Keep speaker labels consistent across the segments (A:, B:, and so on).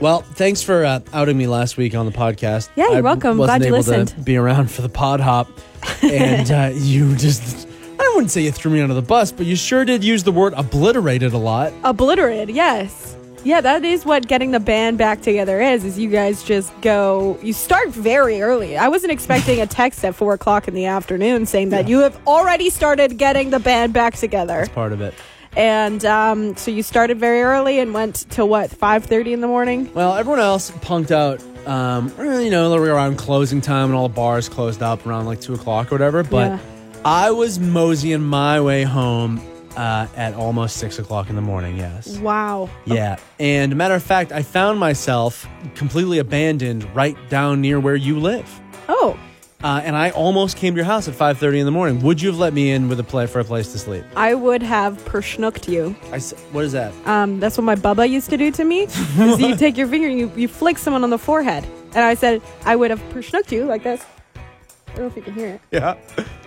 A: Well, thanks for uh, outing me last week on the podcast.
B: Yeah, you're welcome.
A: Wasn't
B: Glad you
A: able To
B: listened.
A: be around for the pod hop, and uh, you just—I wouldn't say you threw me under the bus, but you sure did use the word obliterated a lot.
B: Obliterated, yes. Yeah, that is what getting the band back together is, is you guys just go you start very early. I wasn't expecting a text at four o'clock in the afternoon saying that you have already started getting the band back together.
A: That's part of it.
B: And um, so you started very early and went till what, five thirty in the morning?
A: Well, everyone else punked out. Um, eh, you know, we were around closing time, and all the bars closed up around like two o'clock or whatever. But
B: Yeah.
A: I was moseying my way home uh, at almost six o'clock in the morning. Yes.
B: Wow.
A: Yeah. And matter of fact, I found myself completely abandoned right down near where you live.
B: Oh.
A: Uh, and I almost came to your house at 5:30 in the morning. Would you have let me in with a play for a place to sleep?
B: I would have perschnooked you.
A: I s- what is that?
B: Um, that's what my bubba used to do to me. is you take your finger and you, you flick someone on the forehead. And I said, I would have snuck you like this. I don't know if you can hear it.
A: Yeah.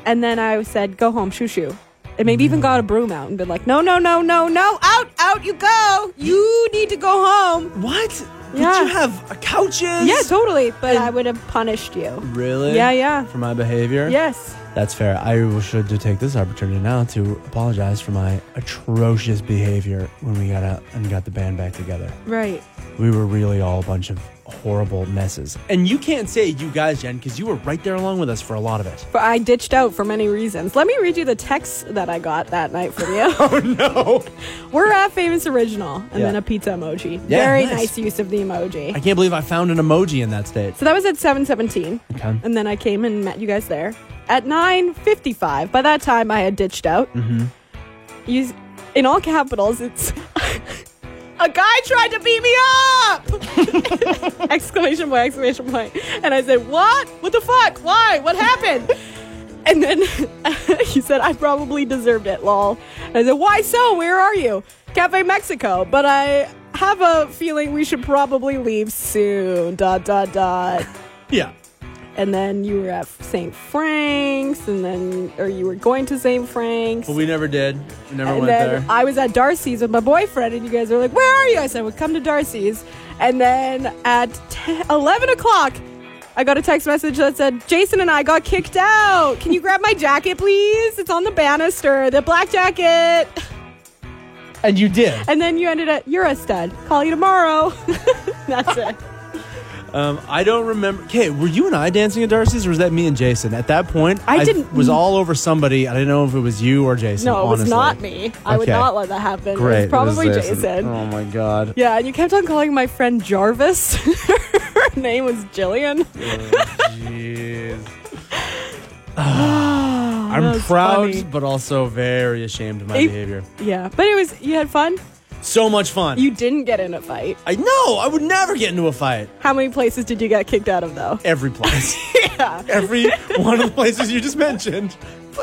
B: And then I said, go home, shoo shoo. And maybe even got a broom out and been like, no, no, no, no, no, out, out you go. You need to go home.
A: What?
B: Yeah.
A: Did you have uh, couches?
B: Yeah, totally. But I would have punished you.
A: Really?
B: Yeah, yeah.
A: For my behavior?
B: Yes.
A: That's fair. I should take this opportunity now to apologize for my atrocious behavior when we got out and got the band back together.
B: Right.
A: We were really all a bunch of horrible messes. And you can't say you guys, Jen, because you were right there along with us for a lot of it.
B: But I ditched out for many reasons. Let me read you the text that I got that night from you.
A: Oh, No.
B: We're at Famous Original and
A: Yeah.
B: then a pizza emoji.
A: Yeah,
B: Very
A: nice.
B: nice use of the emoji.
A: I can't believe I found an emoji in that state.
B: So that was at 7:17.
A: Okay.
B: And then I came and met you guys there at 9:55. By that time I had ditched out. Mhm. You in all capitals it's A guy tried to beat me up! exclamation point, exclamation point. And I said, What? What the fuck? Why? What happened? And then he said, I probably deserved it, lol. And I said, Why so? Where are you? Cafe Mexico. But I have a feeling we should probably leave soon. Dot, dot, dot.
A: Yeah.
B: And then you were at St. Frank's, and then, or you were going to St. Frank's.
A: But we never did. We never
B: and
A: went
B: then
A: there.
B: I was at Darcy's with my boyfriend, and you guys were like, Where are you? I said, Well, come to Darcy's. And then at 10, 11 o'clock, I got a text message that said, Jason and I got kicked out. Can you grab my jacket, please? It's on the banister, the black jacket.
A: and you did.
B: And then you ended up, You're a stud. Call you tomorrow. That's it.
A: Um, I don't remember. Okay, were you and I dancing at Darcy's, or was that me and Jason? At that point,
B: I didn't-
A: was all over somebody. I didn't know if it was you or Jason.
B: No, it
A: honestly.
B: was not me. I would
A: Okay.
B: not let that happen.
A: Great.
B: It was probably
A: It was
B: Jason.
A: Oh my god.
B: Yeah, and you kept on calling my friend Jarvis. Her name was Jillian.
A: Jeez. I'm
B: was
A: proud,
B: funny.
A: but also very ashamed of my
B: It-
A: behavior.
B: Yeah, but it was you had fun.
A: So much fun.
B: You didn't get in a fight.
A: I know. I would never get into a fight.
B: How many places did you get kicked out of though?
A: Every place. Every one of the places you just mentioned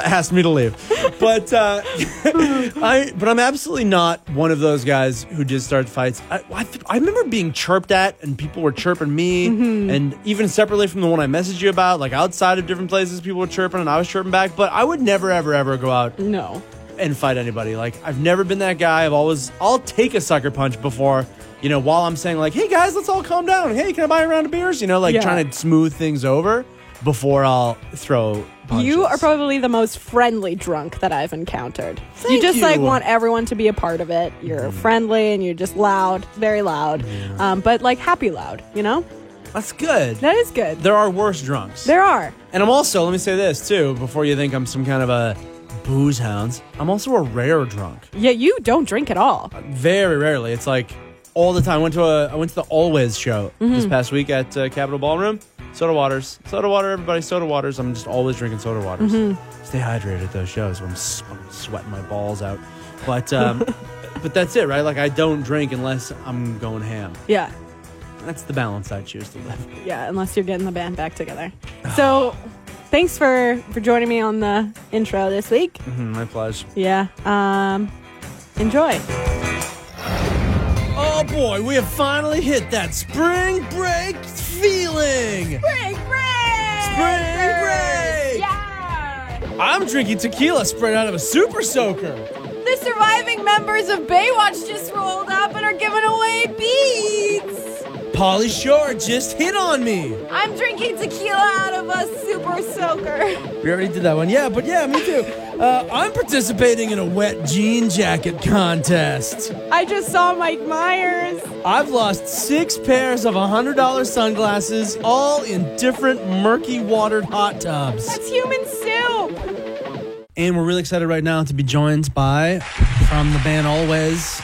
A: asked me to leave. But uh, I but I'm absolutely not one of those guys who just starts fights. I, I, th- I remember being chirped at and people were chirping me and even separately from the one I messaged you about, like outside of different places people were chirping and I was chirping back, but I would never ever ever go out
B: No.
A: and fight anybody. Like I've never been that guy. I've always I'll take a sucker punch before you know while I'm saying like, hey guys, let's all calm down. Hey, can I buy a round of beers? You know, like
B: Yeah.
A: trying to smooth things over before I'll throw. Punches.
B: You are probably the most friendly drunk that I've encountered.
A: Thank
B: you just like
A: you. Mm-hmm.
B: want everyone to be a part of it. You're friendly and you're just loud, very loud, um, but like happy loud. You know
A: that's good.
B: that is good.
A: there are worse drunks.
B: there are.
A: and I'm also let me say this too before you think I'm some kind of a booze hound. I'm also a rare drunk.
B: Yeah, you don't drink at all.
A: Uh, Very rarely. It's like all the time. I went to a I went to the Always show this past week at uh, Capitol Ballroom. Soda waters, soda water, everybody. Soda waters. I'm just always drinking soda waters. Stay hydrated at those shows. When I'm, s- I'm sweating my balls out, but um, but that's it, right? Like I don't drink unless I'm going ham.
B: Yeah.
A: That's the balance I choose to live.
B: Yeah, unless you're getting the band back together. So, thanks for for joining me on the intro this week.
A: Mhm, my pleasure.
B: Yeah. Um enjoy.
A: Oh boy, we have finally hit that spring break feeling.
B: Break, break.
A: Spring break!
B: Yeah.
A: I'm drinking tequila straight out of a super soaker.
B: The surviving members of Baywatch just rolled up and are giving away beads.
A: Polly Shore just hit on me.
B: I'm drinking tequila out of a super soaker.
A: We already did that one. Yeah, but yeah, me too. Uh, I'm participating in a wet jean jacket contest.
B: I just saw Mike Myers.
A: I've lost six pairs of $100 sunglasses, all in different murky watered hot tubs.
B: That's human soup.
A: And we're really excited right now to be joined by, from the band Always,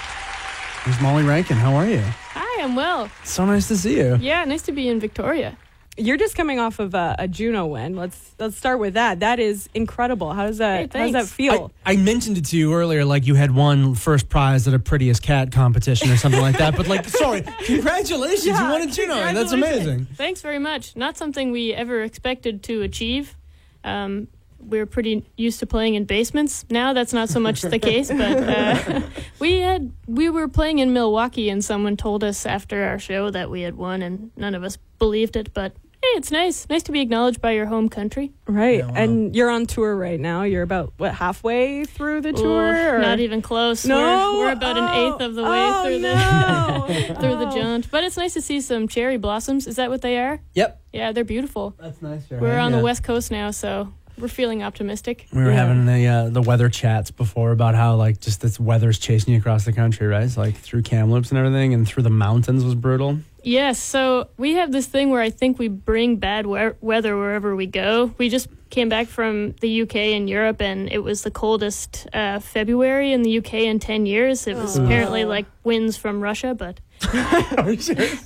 A: There's Molly Rankin. How are you?
C: Hi, I'm well.
A: So nice to see you.
C: Yeah, nice to be in Victoria.
B: You're just coming off of a, a Juno win. Let's let's start with that. That is incredible. How does that
C: Hey,
B: how does that
C: thanks.
B: feel?
A: I, I mentioned it to you earlier, like you had won first prize at a prettiest cat competition or something like that. But like, sorry, congratulations, you won a
B: Oh,
A: Juno. That's
C: Congratulations.
A: amazing.
C: Thanks very much. Not something we ever expected to achieve. Um, we're pretty used to playing in basements. Now that's not so much the case, but uh, we had we were playing in Milwaukee, and someone told us after our show that we had won, and none of us believed it. But hey, it's nice, nice to be acknowledged by your home country.
B: Right.
A: Yeah, wow.
B: And you're on tour right now. You're about what halfway through the tour?
C: Ooh,
B: or-
C: Not even close.
B: No.
C: we're, we're about
B: Oh,
C: an eighth of the way
B: oh,
C: through
B: no.
C: the through the
B: Oh.
C: jaunt. But it's nice to see some cherry blossoms. Is that what they are?
A: Yep.
C: Yeah, they're beautiful.
A: That's nice.
C: We're on the west coast now, so we're feeling optimistic.
A: We were
B: Yeah.
A: having the uh, the weather chats before about how like just this weather's chasing you across the country, right? It's like through Kamloops and everything, and through the mountains was brutal.
C: Yes, so we have this thing where I think we bring bad we- weather wherever we go. We just came back from the UK and Europe, and it was the coldest uh, February in the UK in 10 years. It was
B: Oh.
C: apparently like winds from Russia, but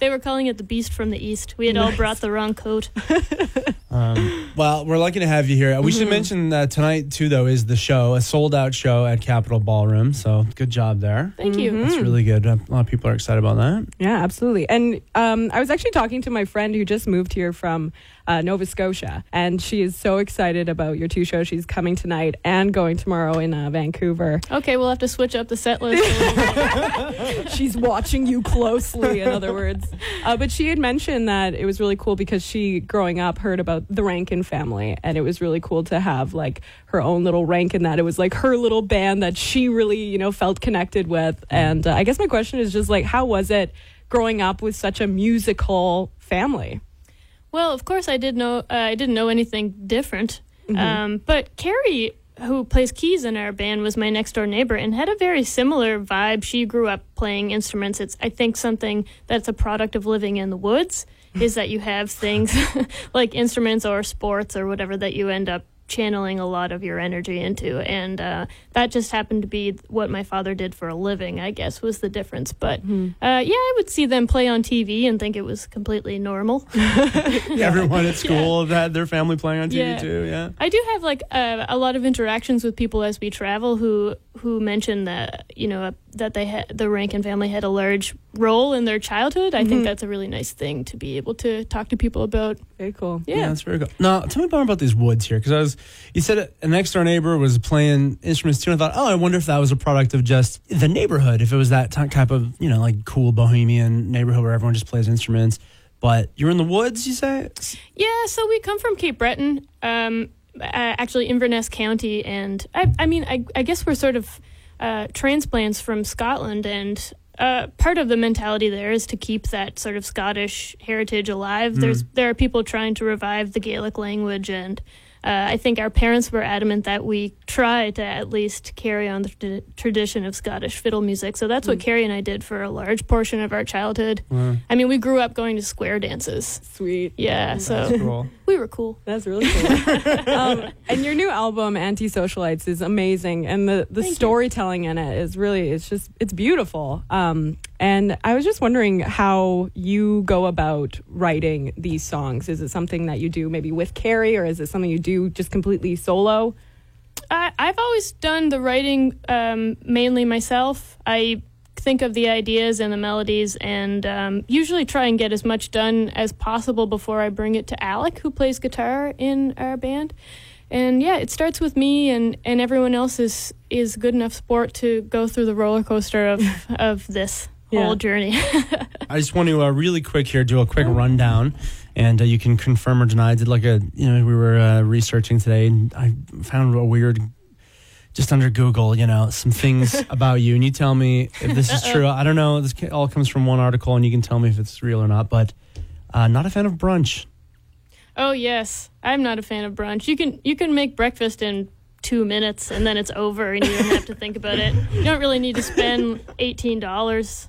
C: they were calling it the beast from the east. We had all brought the wrong coat.
A: Um, well, we're lucky to have you here. We should mention uh, tonight too, though, is the show a sold out show at Capitol Ballroom. So good job there.
C: Thank you.
A: That's really good. A lot of people are excited about that.
B: Yeah, absolutely. And um, I was actually talking to my friend who just moved here from uh, Nova Scotia, and she is so excited about your two shows. She's coming tonight and going tomorrow in uh, Vancouver.
C: Okay, we'll have to switch up the set list. a little bit.
B: She's watching you closely, in other words. Uh, but she had mentioned that it was really cool because she, growing up, heard about the Rankin family, and it was really cool to have like her own little Rankin. That it was like her little band that she really, you know, felt connected with. And uh, I guess my question is just like, how was it growing up with such a musical family?
C: well, of course, I did know uh, I didn't know anything different,
B: Mm-hmm.
C: um, but Carrie, who plays keys in our band, was my next door neighbor and had a very similar vibe. She grew up playing instruments. It's I think something that's a product of living in the woods is that you have things like instruments or sports or whatever that you end up channeling a lot of your energy into and uh, that just happened to be what my father did for a living i guess was the difference but
B: Mm-hmm.
C: uh, yeah i would see them play on tv and think it was completely normal
A: Everyone at school had their family playing on TV
C: Yeah.
A: too. Yeah.
C: I do have like uh, a lot of interactions with people as we travel who who mention that you know that they had the Rankin family had a large role in their childhood. I think that's a really nice thing to be able to talk to people about.
B: Very cool.
C: Yeah,
A: that's very cool. Now, tell me more about these woods here, because I was, you said a next door neighbor was playing instruments too, and I thought, oh, I wonder if that was a product of just the neighborhood, if it was that ty- type of, you know, like cool bohemian neighborhood where everyone just plays instruments. But you're in the woods, you say?
C: Yeah, so we come from Cape Breton, um, uh, actually Inverness County, and I, I mean, I, I guess we're sort of uh, transplants from Scotland, and uh, part of the mentality there is to keep that sort of Scottish heritage alive. There's there are people trying to revive the Gaelic language, and uh, I think our parents were adamant that we try to at least carry on the tra- tradition of Scottish fiddle music. So that's what Carrie and I did for a large portion of our childhood. I mean, we grew up going to square dances.
B: Sweet.
C: Yeah, so
A: cool.
C: we were cool.
B: That's really cool. um, and your new album, Anti Socialites, is amazing, and the, the
C: Thank you.
B: storytelling in it is really it's just it's beautiful. Um, and I was just wondering how you go about writing these songs. Is it something that you do maybe with Carrie, or is it something you do just completely solo?
C: I, I've always done the writing um, mainly myself. I think of the ideas and the melodies and um, usually try and get as much done as possible before I bring it to Alec, who plays guitar in our band. And yeah, it starts with me, and, and everyone else is, is good enough sport to go through the roller coaster of, of this
B: Yeah.
C: whole journey.
A: I just want to uh, really quick here do a quick rundown, and uh, you can confirm or deny. I did like a you know we were uh, researching today, and I found a weird just under Google, you know, some things about you, and you tell me if this is true. I don't know. This ca- all comes from one article, and you can tell me if it's real or not. But uh, not a fan of brunch.
C: Oh yes, I'm not a fan of brunch. You can you can make breakfast in two minutes and then it's over and you don't have to think about it. You don't really need to spend eighteen dollars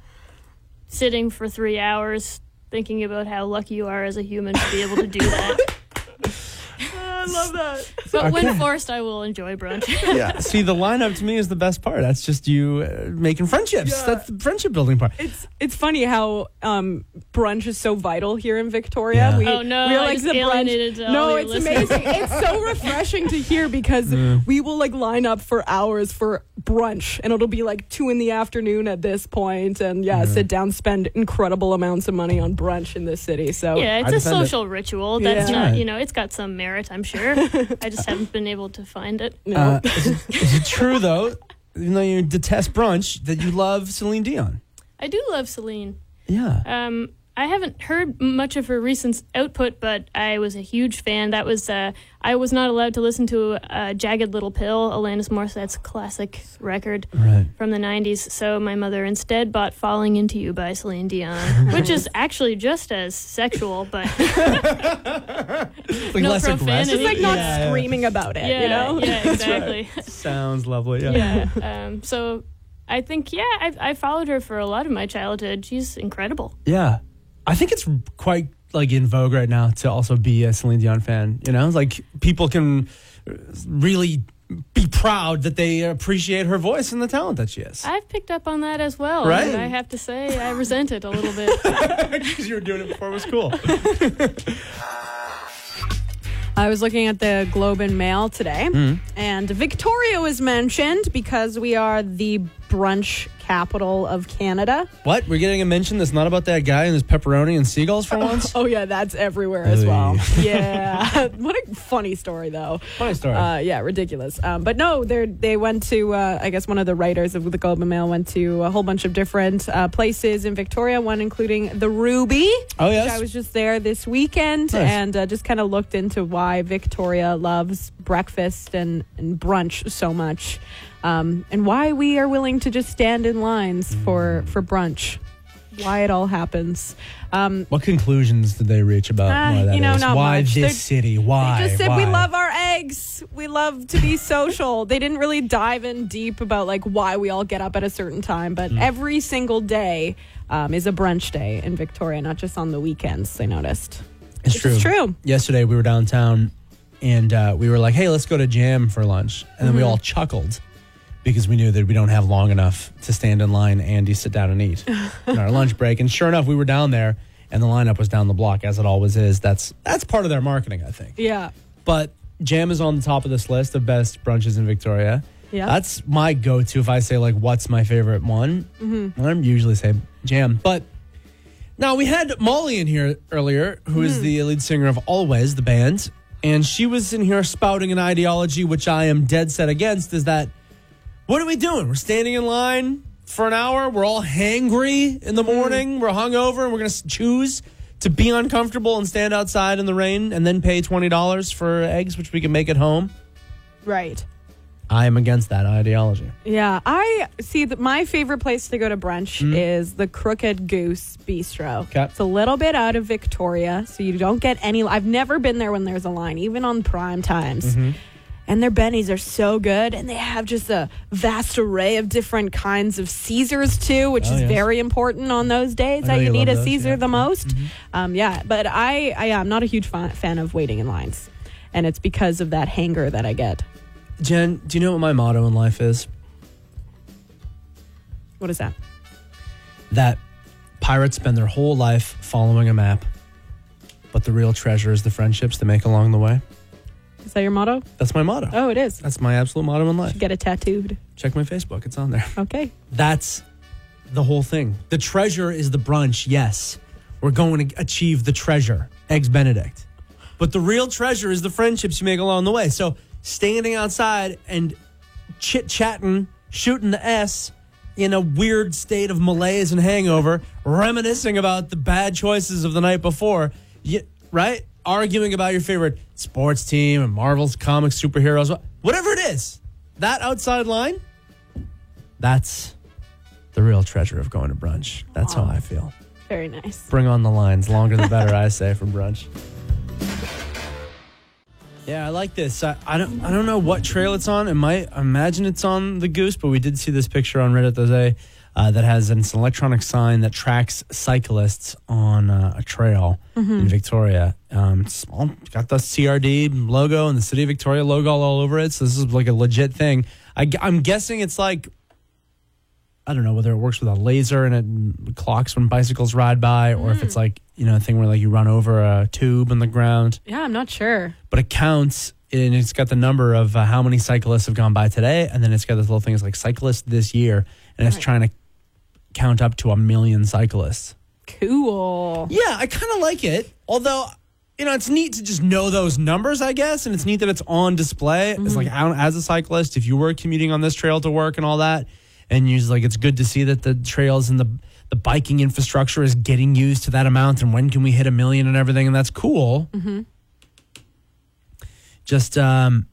C: sitting for three hours thinking about how lucky you are as a human to be able to do that.
B: I love that.
C: But when
A: Okay.
C: forced, I will enjoy brunch.
A: Yeah. See, the lineup to me is the best part. That's just you uh, making friendships.
B: Yeah.
A: That's the friendship building part.
B: It's it's funny how um, brunch is so vital here in Victoria.
A: Yeah.
B: We,
C: Oh, no,
B: we're
C: I
B: like
C: just
B: the brunch.
C: alienated all
B: no,
C: your
B: it's
C: listeners.
B: amazing. it's so refreshing to hear because we will like line up for hours for brunch, and it'll be like two in the afternoon at this point, and yeah, sit down, spend incredible amounts of money on brunch in this city. So
C: yeah,
A: Oh, I
C: it's a
A: defend it.
C: social ritual. That's
B: Yeah.
C: not
A: Right.
C: you know, it's got some merit, I'm sure. I just haven't been able to find it.
B: no.
A: Uh, is, it, is it true though? Even though you detest brunch, that you love Celine Dion.
C: I do love Celine.
A: Yeah.
C: Um, I haven't heard much of her recent output, but I was a huge fan. That was uh, I was not allowed to listen to uh, "Jagged Little Pill," Alanis Morissette's classic record
A: Right.
C: from the '90s. So my mother instead bought "Falling Into You" by Celine Dion, which is actually just as sexual, but
A: It's like
C: No
A: less
C: profanity.
A: aggressive.
B: Just like not
A: Yeah.
B: screaming about it,
C: yeah,
B: you know?
C: yeah, exactly.
A: Sounds lovely. Yeah.
C: yeah. Um, so I think yeah, I, I followed her for a lot of my childhood. She's incredible.
A: Yeah. I think it's quite like in vogue right now to also be a Celine Dion fan. You know, like people can really be proud that they appreciate her voice and the talent that she has.
C: I've picked up on that as well.
A: Right.
C: and I have to say, I resent it a little bit.
A: Because you were doing it before it was cool.
B: I was looking at the Globe and Mail today, and Victoria was mentioned because we are the brunch capital of Canada.
A: what? We're getting a mention that's not about that guy and his pepperoni and seagulls for once?
B: Oh, yeah, that's everywhere as well.
A: Oy.
B: Yeah. what a funny story, though.
A: Funny story.
B: Uh, yeah, ridiculous. Um, but no, they they went to, uh, I guess one of the writers of the Globe and Mail went to a whole bunch of different uh, places in Victoria, one including the Ruby.
A: oh,
B: which I
A: yes.
B: was just there this weekend
A: Nice.
B: and uh, just kind of looked into why Victoria loves breakfast and, and brunch so much um, and why we are willing to just stand in lines for,
A: Mm.
B: for brunch. Why it all happens. Um,
A: what conclusions did they reach about
B: Ah,
A: why that
B: you know,
A: is?
B: not
A: why
B: much.
A: this
B: They're-
A: city? Why?
B: they just said
A: why?
B: we love our eggs. We love to be social. they didn't really dive in deep about like why we all get up at a certain time, but
A: Mm.
B: every single day um, is a brunch day in Victoria, not just on the weekends. I noticed.
A: It's
B: It's
A: true.
B: true.
A: Yesterday we were downtown and uh, we were like, hey, let's go to Jam for lunch. And then we all chuckled because we knew that we don't have long enough to stand in line and to sit down and eat in our lunch break. And sure enough, we were down there and the lineup was down the block as it always is. That's that's part of their marketing, I think.
B: Yeah.
A: But Jam is on the top of this list of best brunches in Victoria.
B: Yeah.
A: That's my go to if I say, like, what's my favorite one? Mm-hmm. I'm usually say Jam. But now we had Molly in here earlier, who is the lead singer of Always, the band. And she was in here spouting an ideology which I am dead set against is that what are we doing? We're standing in line for an hour. We're all hangry in the morning. We're hungover, and we're going to choose to be uncomfortable and stand outside in the rain and then pay $20 for eggs, which we can make at home.
B: Right.
A: I am against that ideology.
B: Yeah, I see. That my favorite place to go to brunch is the Crooked Goose Bistro.
A: Hmm? Okay.
B: It's a little bit out of Victoria, so you don't get any. I've never been there when there's a line, even on prime times.
A: Mm-hmm.
B: And their bennies are so good, and they have just a vast array of different kinds of Caesars too, which
A: Oh,
B: is
A: yes.
B: very important on those days.
A: I know
B: How you
A: you
B: need
A: love
B: a
A: those,
B: Caesar
A: yeah. Mm-hmm.
B: the most. Um, yeah, but I, I am not a huge fan, fan of waiting in lines, and it's because of that hanger that I get.
A: Jen, do you know what my motto in life is?
B: What is that?
A: That pirates spend their whole life following a map, but the real treasure is the friendships they make along the way.
B: Is that your motto?
A: That's my motto.
B: Oh, it is.
A: That's my absolute motto in life.
B: Get it tattooed.
A: Check my Facebook, it's on there.
B: Okay.
A: That's the whole thing. The treasure is the brunch, yes. We're going to achieve the treasure, Eggs Benedict. But the real treasure is the friendships you make along the way. So standing outside and chit chatting, shooting the S in a weird state of malaise and hangover, reminiscing about the bad choices of the night before, you, right? Arguing about your favorite sports team and Marvel's comic superheroes, wha- whatever it is. that outside line, that's the real treasure of going to brunch. That's how I feel.
B: Very nice.
A: Bring on the lines. Longer the better, I say, from brunch. Yeah, I like this. I, I don't I don't know what trail it's on. It might I imagine it's on the goose, but we did see this picture on Reddit the other day uh, that has an electronic sign that tracks cyclists on uh, a trail in Victoria. Um, it's small, It's got the CRD logo and the City of Victoria logo all over it. So this is like a legit thing. I, gu- I'm guessing it's like I don't know whether it works with a laser and it clocks when bicycles ride by, or if it's like you know a thing where like you run over a tube in the ground.
B: Yeah, I'm not sure.
A: But it counts, and it's got the number of uh, how many cyclists have gone by today, and then it's got this little thing. It's like cyclist this year, and it's trying to count up to a million cyclists.
B: Cool.
A: Yeah, I kind of like it. Although, you know, it's neat to just know those numbers, I guess, and it's neat that it's on display.
B: Mm-hmm.
A: It's like I don't- as a cyclist, if you were commuting on this trail to work and all that, and you just like it's good to see that the trails and the the biking infrastructure is getting used to that amount, and when can we hit a million and everything, and that's cool.
B: Mm-hmm.
A: Just um,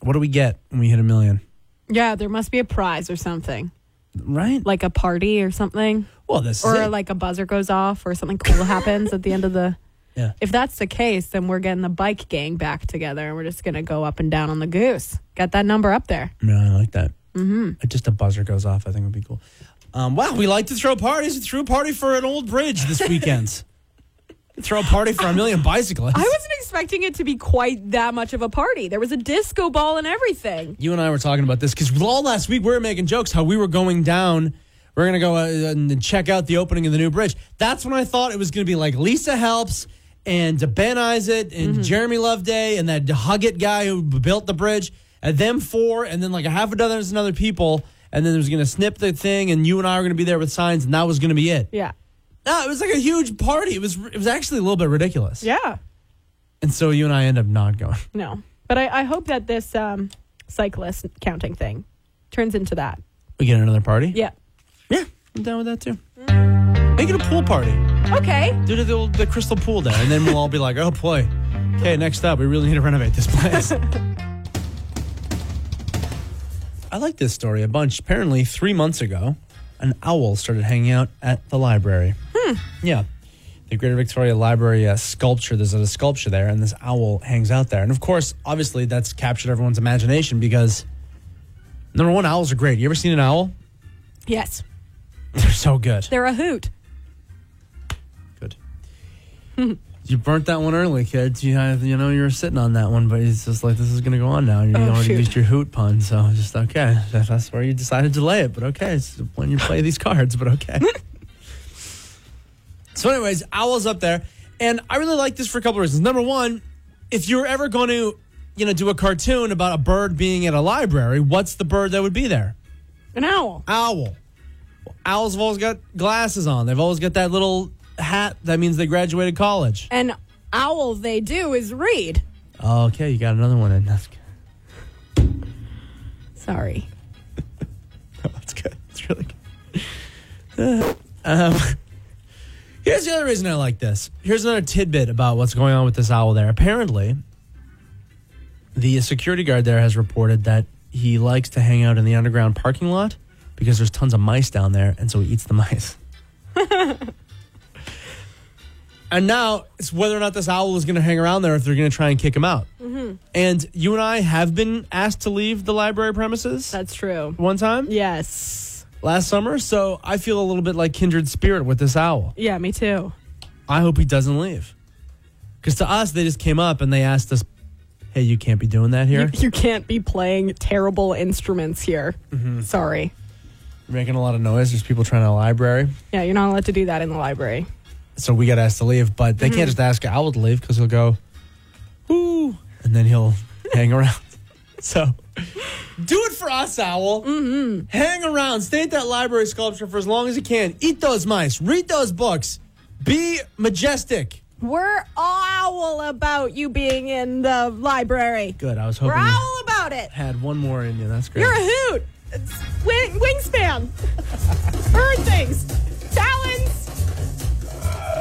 A: what do we get when we hit a million?
B: Yeah, there must be a prize or something,
A: Right?
B: like a party or something,
A: well, this
B: or
A: is it.
B: like a buzzer goes off or something cool happens at the end of the.
A: yeah.
B: If that's the case, then we're getting the bike gang back together and we're just gonna go up and down on the goose. Got that number up there.
A: No, I like that. Mm-hmm. Just a buzzer goes off. I think would be cool. Um, wow, we like to throw parties. We threw a party for an old bridge this weekend. throw a party for a million bicyclists.
B: I wasn't expecting it to be quite that much of a party. There was a disco ball and everything.
A: you and I were talking about this because all last week we were making jokes how we were going down. We're gonna go uh, and check out the opening of the new bridge. That's when I thought it was gonna be like Lisa Helps and Ben Isaac
B: Mm-hmm.
A: and Jeremy Loveday and that Huggett guy who built the bridge. And them four, and then like a half a dozen other people, and then it was gonna snip the thing, and you and I were gonna be there with signs, and that was gonna be it.
B: Yeah.
A: No, it was like a huge party. It was it was actually a little bit ridiculous.
B: Yeah.
A: And so you and I end up not going.
B: No. But I, I hope that this um, cyclist counting thing turns into that.
A: We get another party.
B: Yeah.
A: Yeah, I'm down with that too. Make it a pool party.
B: Okay.
A: Do the, the, the crystal pool down, and then we'll all be like, oh boy. Okay, next up, we really need to renovate this place. I like this story a bunch. Apparently, three months ago, an owl started hanging out at the library. Yeah. The Greater Victoria Library uh, sculpture. There's a sculpture there, and this owl hangs out there. And of course, obviously, that's captured everyone's imagination because number one, owls are great. You ever seen an owl?
B: Yes.
A: They're so good.
B: They're a hoot.
A: Good. you burnt that one early, kids. You, have- you know you were sitting on that one, but it's just like this is going to go on now. You
B: Oh,
A: already
B: shoot.
A: used your hoot pun, so it's just okay. That- That's where you decided to lay it, but okay. It's when you play these cards, but okay. so, anyways, owls up there, and I really like this for a couple of reasons. Number one, if you're ever going to, you know, do a cartoon about a bird being at a library, what's the bird that would be there?
B: An owl.
A: owl. Owls have always got glasses on. They've always got that little hat that means they graduated college.
B: An owl they do is read.
A: Okay, you got another one in. That's good.
B: Sorry.
A: That's good. That's really good. um, here's the other reason I like this. Here's another tidbit about what's going on with this owl there. Apparently, the security guard there has reported that he likes to hang out in the underground parking lot because there's tons of mice down there, and so he eats the mice. and now it's whether or not this owl is going to hang around there, if they're going to try and kick him out. And you and I have been asked to leave the library premises
B: That's true.
A: one time
B: Yes.
A: last summer, so I feel a little bit like kindred spirit with this owl.
B: Yeah, me too.
A: I hope he doesn't leave. Because to us, they just came up and they asked us, hey, you can't be doing that here.
B: You, you can't be playing terrible instruments here. Sorry.
A: You're making a lot of noise. There's people trying to library.
B: Yeah, you're not allowed to do that in the library.
A: So we got asked to leave, but they can't just ask an owl to leave because he'll go, ooh, and then he'll hang around. So do it for us, owl. Mm-hmm. Hang around. Stay at that library sculpture for as long as you can. Eat those mice. Read those books. Be majestic.
B: We're all about you being in the library.
A: Good. I was
B: We're
A: hoping. you-
B: all about it.
A: had one more in you. That's great.
B: You're a hoot. It's wing- wingspan. Bird things. Talons.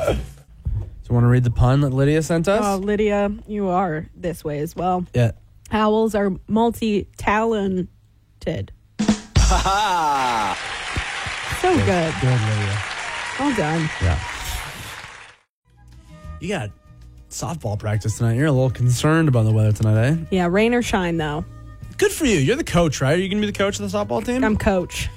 A: Do you want to read the pun that Lydia sent us?
B: Oh, Lydia, you are this way as well.
A: yeah.
B: Owls are multi talon did. so good.
A: Good, Lydia.
B: Well done.
A: Yeah. You got softball practice tonight. You're a little concerned about the weather tonight, eh?
B: Yeah, rain or shine though.
A: Good for you. You're the coach, right? Are you going to be the coach of the softball team?
B: I'm coach.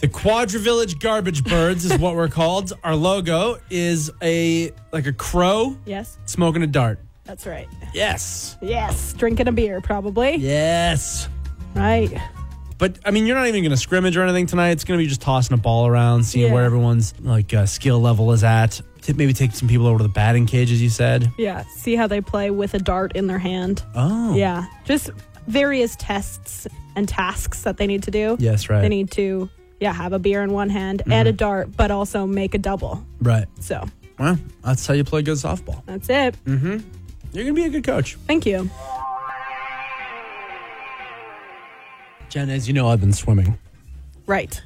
A: the Quadra Village Garbage Birds is what we're called. Our logo is a like a crow
B: Yes,
A: smoking a dart.
B: that's right.
A: Yes.
B: Yes, drinking a beer probably.
A: Yes.
B: Right.
A: But I mean, you're not even going to scrimmage or anything tonight. It's going to be just tossing a ball around, seeing
B: Yeah.
A: where everyone's like uh, skill level is at. T- Maybe take some people over to the batting cage, as you said.
B: Yeah, see how they play with a dart in their hand.
A: Oh,
B: Yeah, just various tests and tasks that they need to do.
A: Yes, right.
B: They need to yeah, have a beer in one hand and a dart, but also make a double.
A: right.
B: So,
A: Well, that's how you play good softball.
B: that's it.
A: You're going to be a good coach.
B: Thank you.
A: Jen, as you know, I've been swimming.
B: Right.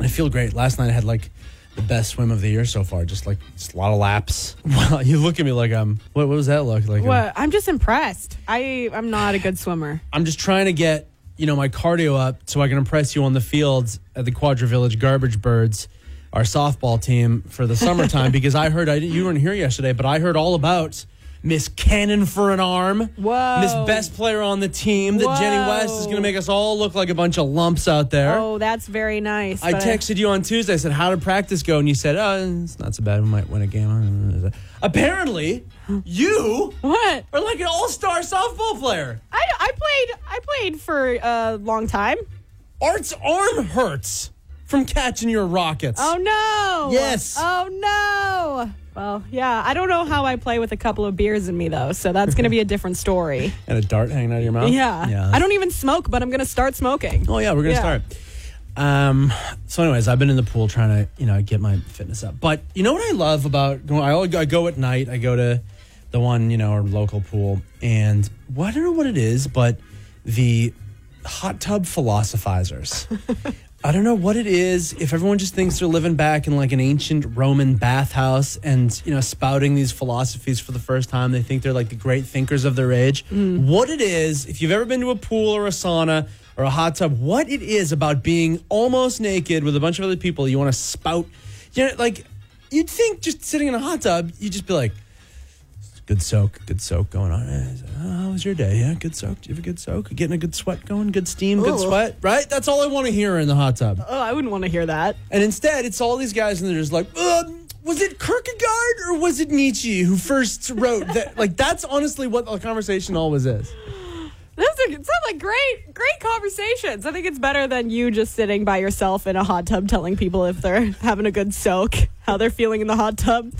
A: I feel great. Last night I had like the best swim of the year so far. Just like just a lot of laps. Well, you look at me like I'm. What, what was that look like? I'm-
B: Well, I'm just impressed. I I'm not a good swimmer.
A: I'm just trying to get you know my cardio up so I can impress you on the fields at the Quadra Village Garbage Birds, our softball team for the summertime. because I heard I didn't, you weren't here yesterday, but I heard all about. Miss Cannon for an arm.
B: Whoa.
A: Miss Best Player on the team. That Jenny
B: Whoa.
A: West is going to make us all look like a bunch of lumps out there.
B: Oh, that's very nice.
A: I
B: but
A: texted you on Tuesday. I said, "How did practice go?" And you said, "Oh, it's not so bad. We might win a game." Apparently, you
B: What?
A: are like an all-star softball player.
B: I, I played I played for a long time.
A: Art's arm hurts from catching your rockets.
B: Oh no.
A: Yes.
B: Oh no. Well, yeah, I don't know how I play with a couple of beers in me though, so that's going to be a different story.
A: And a dart hanging out of your mouth.
B: Yeah.
A: Yeah.
B: I don't even smoke, but I'm going to start smoking.
A: Oh yeah, we're gonna
B: Yeah.
A: start. Um, so, anyways, I've been in the pool trying to, you know, get my fitness up. But you know what I love about going? I, all, I go at night. I go to the one, you know, our local pool, and well, I don't know what it is, but the hot tub philosophizers. I don't know what it is. If everyone just thinks they're living back in like an ancient Roman bathhouse and you know spouting these philosophies for the first time, they think they're like the great thinkers of their age. What it is, if you've ever been to a pool or a sauna or a hot tub, what it is about being almost naked with a bunch of other people, you want to spout. You know, like you'd think just sitting in a hot tub, you'd just be like, good soak, good soak going on. Eh, he's like, "Oh, How was your day? Yeah, good soak. Do you have a good soak? Getting a good sweat going, good steam, good
B: Ooh.
A: sweat, right? That's all I want to hear in the hot tub.
B: Oh, I wouldn't want to hear that.
A: And instead, it's all these guys, and they're just like, um, was it Kierkegaard or was it Nietzsche who first wrote that? like, that's honestly what the conversation always is.
B: This is, it sounds like great, great conversations. I think it's better than you just sitting by yourself in a hot tub telling people if they're having a good soak, how they're feeling in the hot tub.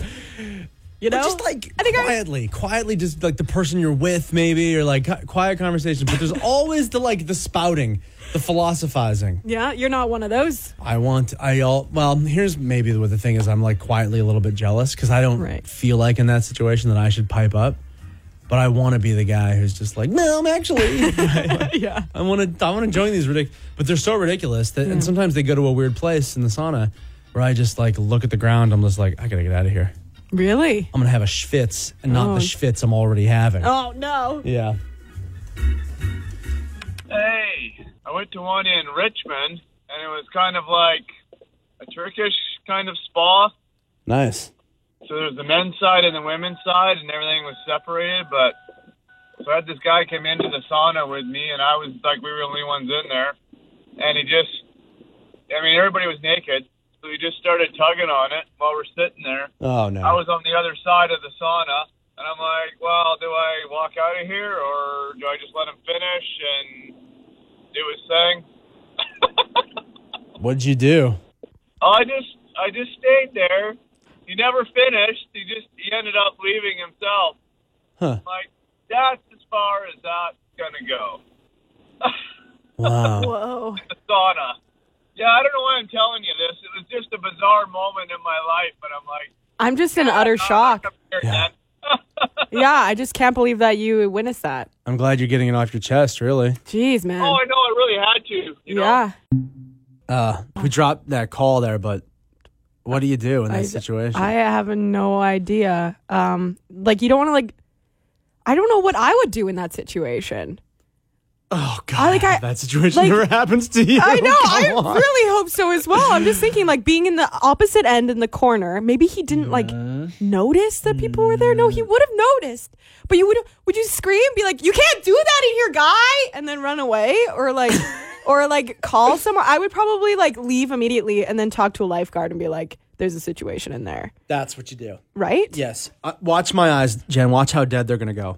B: You know,
A: But just like
B: I think I,
A: quietly, quietly, just like the person you're with, maybe, or like cu- quiet conversation. But there's always the like the spouting, the philosophizing.
B: yeah, you're not one of those.
A: I want I all well here's maybe what the thing is I'm like quietly a little bit jealous because I don't
B: Right.
A: feel like in that situation that I should pipe up, but I want to be the guy who's just like no I'm actually
B: yeah,
A: I want to I want to join these ridiculous but they're so ridiculous that and sometimes they go to a weird place in the sauna where I just like look at the ground I'm just like I gotta get out of here
B: really.
A: I'm gonna have a schwitz and not
B: Oh.
A: the schwitz I'm already having
B: Oh no.
A: yeah
D: Hey, I went to one in Richmond, and it was kind of like a Turkish kind of spa.
A: nice
D: So there was the men's side and the women's side, and everything was separated. But so I had this guy come into the sauna with me, and I was like, we were the only ones in there. And he just, I mean, everybody was naked. So he just started tugging on it while we're sitting there.
A: oh no
D: I was on the other side of the sauna, and I'm like, well, do I walk out of here or do I just let him finish and do his thing?
A: what'd you do
D: Oh, I just, I just stayed there. He never finished. He just, he ended up leaving himself.
A: Huh.
D: Like that's as far as that's gonna go.
A: wow
B: Whoa.
D: The sauna. Yeah, I don't know why I'm telling you this. It was just a bizarre moment in my life, but I'm like,
B: I'm just in utter shock.
A: Yeah.
D: yeah.
B: Yeah, I just can't believe that you witnessed that.
A: I'm glad you're getting it off your chest really
B: Jeez, man.
D: Oh, I know. I really had to. You know?
B: yeah.
A: Uh, we dropped that call there, but what do you do in that
B: I-
A: situation?
B: I have no idea. Um, like you don't want to like. I don't know what I would do in that situation.
A: Oh God!
B: I like I-
A: that situation
B: like-
A: never happens to you.
B: I know. I
A: Oh, Come on.
B: really hope so as well. I'm just thinking, like, being in the opposite end in the corner, maybe he didn't, like, notice that people were there. No, he would have noticed. But you would, would you scream, be like, you can't do that in here, guy, and then run away? Or, like, or, like, call someone? I would probably, like, leave immediately and then talk to a lifeguard and be like, there's a situation in there,
A: That's what you do.
B: right?
A: Yes. Uh, watch my eyes, Jen. Watch how dead they're gonna go.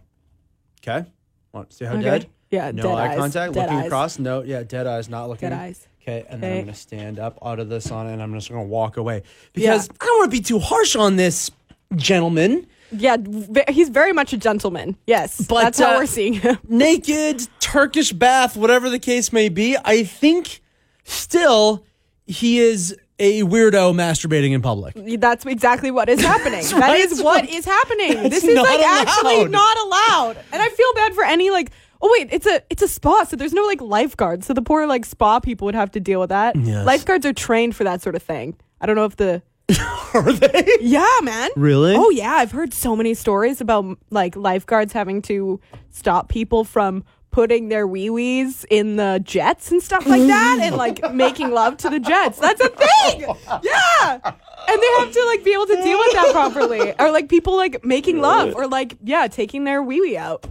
A: Okay. Want see how dead?
B: Yeah,
A: No
B: dead
A: eye
B: eyes,
A: contact.
B: dead
A: looking
B: eyes.
A: across. No. Yeah. Dead eyes. Not looking.
B: Dead eyes.
A: Okay. And then I'm
B: Okay.
A: gonna stand up out of the sauna and I'm just gonna walk away because I don't want to be too harsh on this gentleman.
B: Yeah, ve- he's very much a gentleman. Yes,
A: But,
B: that's how
A: uh,
B: we're seeing him.
A: naked Turkish bath, whatever the case may be. I think still he is a weirdo masturbating in public.
B: That's exactly what is happening. That
A: right.
B: is
A: It's
B: what
A: like-
B: is happening.
A: That's
B: This is
A: not
B: like actually
A: allowed.
B: not allowed. And I feel bad for any like oh wait, it's a it's a spa, so there's no like lifeguards. So the poor like spa people would have to deal with that.
A: Yes.
B: Lifeguards are trained for that sort of thing. I don't know if the
A: Are they?
B: Yeah, man.
A: Really?
B: Oh yeah, I've heard so many stories about like lifeguards having to stop people from putting their wee-wees in the jets and stuff like that and like making love to the jets. That's a thing. Yeah. And they have to like be able to deal with that properly. Or like people like making love or like yeah, taking their wee-wee out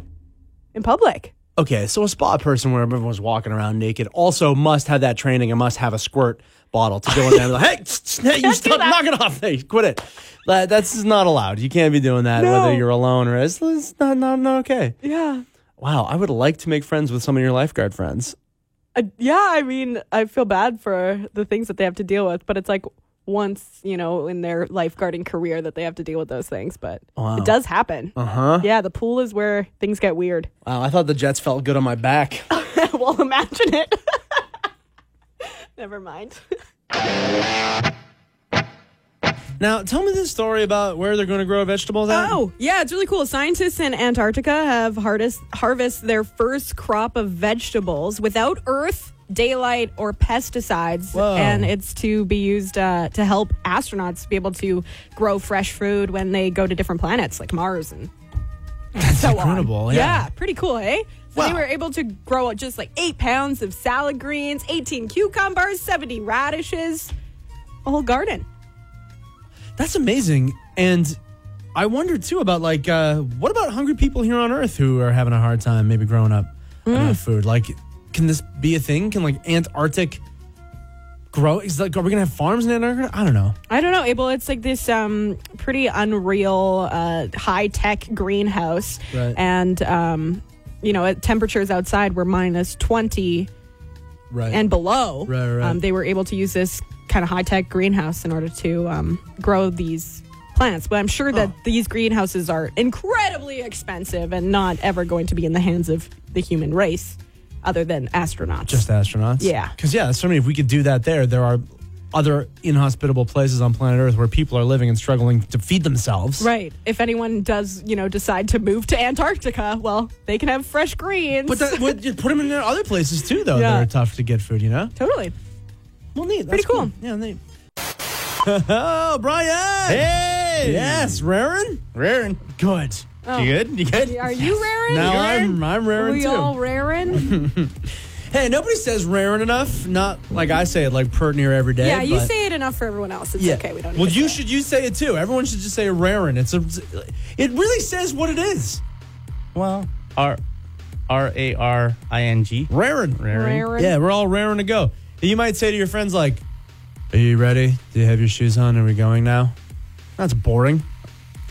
B: in public.
A: Okay, so a spa person where everyone was walking around naked also must have that training and must have a squirt bottle to go in there and be like, hey, tss, tss, hey, you stop, knock it off. Hey, quit it. That, that's not allowed. You can't be doing that
B: No.
A: whether you're alone or it's, it's not, not, not okay.
B: Yeah.
A: Wow, I would like to make friends with some of your lifeguard friends.
B: Uh, yeah, I mean, I feel bad for the things that they have to deal with, but it's like once, you know, in their lifeguarding career that they have to deal with those things, but it does happen.
A: Huh?
B: Yeah, the pool is where things get weird.
A: Wow, I thought the jets felt good on my back.
B: well, imagine it. Never mind.
A: Now, tell me this story about where they're going to grow vegetables at.
B: Oh, yeah, it's really cool. Scientists in Antarctica have hardest, harvest their first crop of vegetables without earth, daylight, or pesticides.
A: Whoa.
B: And it's to be used uh, to help astronauts be able to grow fresh food when they go to different planets like Mars and so on.
A: incredible, yeah.
B: pretty cool, eh? So they were able to grow just like eight pounds of salad greens, 18 cucumbers, 70 radishes, a whole garden.
A: That's amazing. And I wonder too about like uh, what about hungry people here on Earth who are having a hard time maybe growing up
B: Mm.
A: enough food? Like, can this be a thing? Can like Antarctic grow? Is like are we gonna have farms in Antarctica? I don't know.
B: I don't know, Abel. It's like this um, pretty unreal uh, high tech greenhouse,
A: Right.
B: and um, you know, at temperatures outside were minus twenty
A: Right.
B: and below.
A: Right, right.
B: Um, they were able to use this kind of high tech greenhouse in order to um, grow these plants. But I'm sure that these greenhouses are incredibly expensive and not ever going to be in the hands of the human race, other than astronauts.
A: just astronauts.
B: Yeah.
A: Because yeah, so I mean, if we could do that there, there are other inhospitable places on planet Earth where people are living and struggling to feed themselves.
B: Right. If anyone does, you know, decide to move to Antarctica, well, they can have fresh greens.
A: But that would you put them in other places too, though
B: Yeah.
A: that are tough to get food. You know.
B: totally.
A: Well, neat.
B: Pretty
A: That's
B: cool.
A: Yeah, neat. oh, Brian!
E: Hey!
A: Yes, raring,
E: Raring.
A: good.
E: You good? You good?
B: Oh. Are you raring?
A: Now
B: You're
A: I'm I'm
B: raring?
A: raring
B: we
A: too.
B: all raring?
A: hey, nobody says raring enough. Not like I say it, like pert near every day.
B: yeah, you
A: but-
B: say it enough for everyone else. It's
A: Yeah.
B: okay. We don't. need
A: Well,
B: to
A: you
B: say it.
A: should you say it too. Everyone should just say raring. It's a, it really says what it is.
E: Well, R R A R I N G.
A: Raring.
E: Raring.
B: Raring.
A: Yeah, we're all raring to go. You might say to your friends like, "Are you ready? Do you have your shoes on? Are we going now?" That's boring.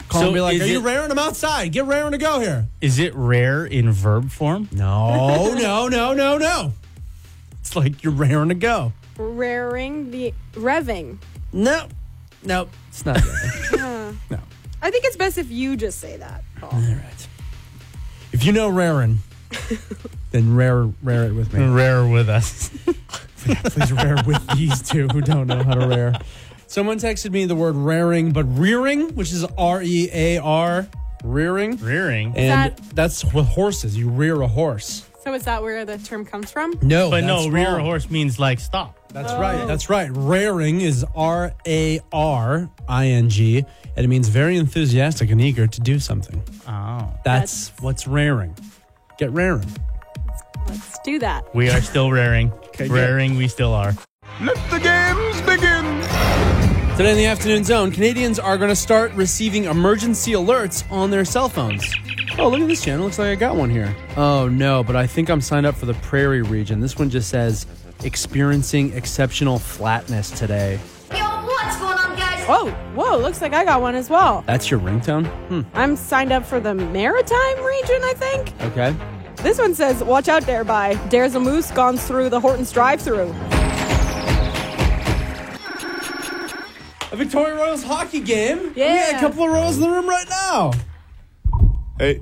A: Call
E: So
A: and be like,
E: is
A: "Are you
E: it-
A: raring? I'm outside. Get raring to go here."
E: Is it rare in verb form?
A: No, no, no, no, no. It's like you're raring to go.
B: raring the revving.
A: No, no, it's not. no.
B: I think it's best if you just say that. Paul.
A: All right. If you know raring, then rare, rare it with me.
E: Rare with us.
A: Please rare with these two who don't know how to rare. Someone texted me the word raring, but rearing, which is R E A R, rearing.
E: Rearing.
A: And
B: that-
A: that's with horses. You rear a horse.
B: So is that where the term comes from?
A: No,
E: But no,
A: that's
E: rear
A: wrong. Oh.
E: horse means like stop.
A: That's right. That's right. Raring is R A R I N G, and it means very enthusiastic and eager to do something.
E: Oh.
A: That's, what's raring. Get raring.
B: Let's do that.
E: We are still raring.
A: Okay, good.
E: raring, we still are.
D: Let the games begin.
A: Today in the afternoon zone, Canadians are going to start receiving emergency alerts on their cell phones. Oh, look at this channel. Looks like I got one here. Oh, no, but I think I'm signed up for the Prairie region. This one just says experiencing exceptional flatness today.
F: Yo, what's going on, guys?
B: Whoa, whoa, looks like I got one as well.
A: That's your ringtone? Hmm.
B: I'm signed up for the Maritime region, I think.
A: Okay.
B: This one says, Watch out there by There's a moose gone through the Hortons drive through.
A: A Victoria Royals hockey game.
B: Yeah.
A: We got a couple of Royals in the room right now.
E: Hey.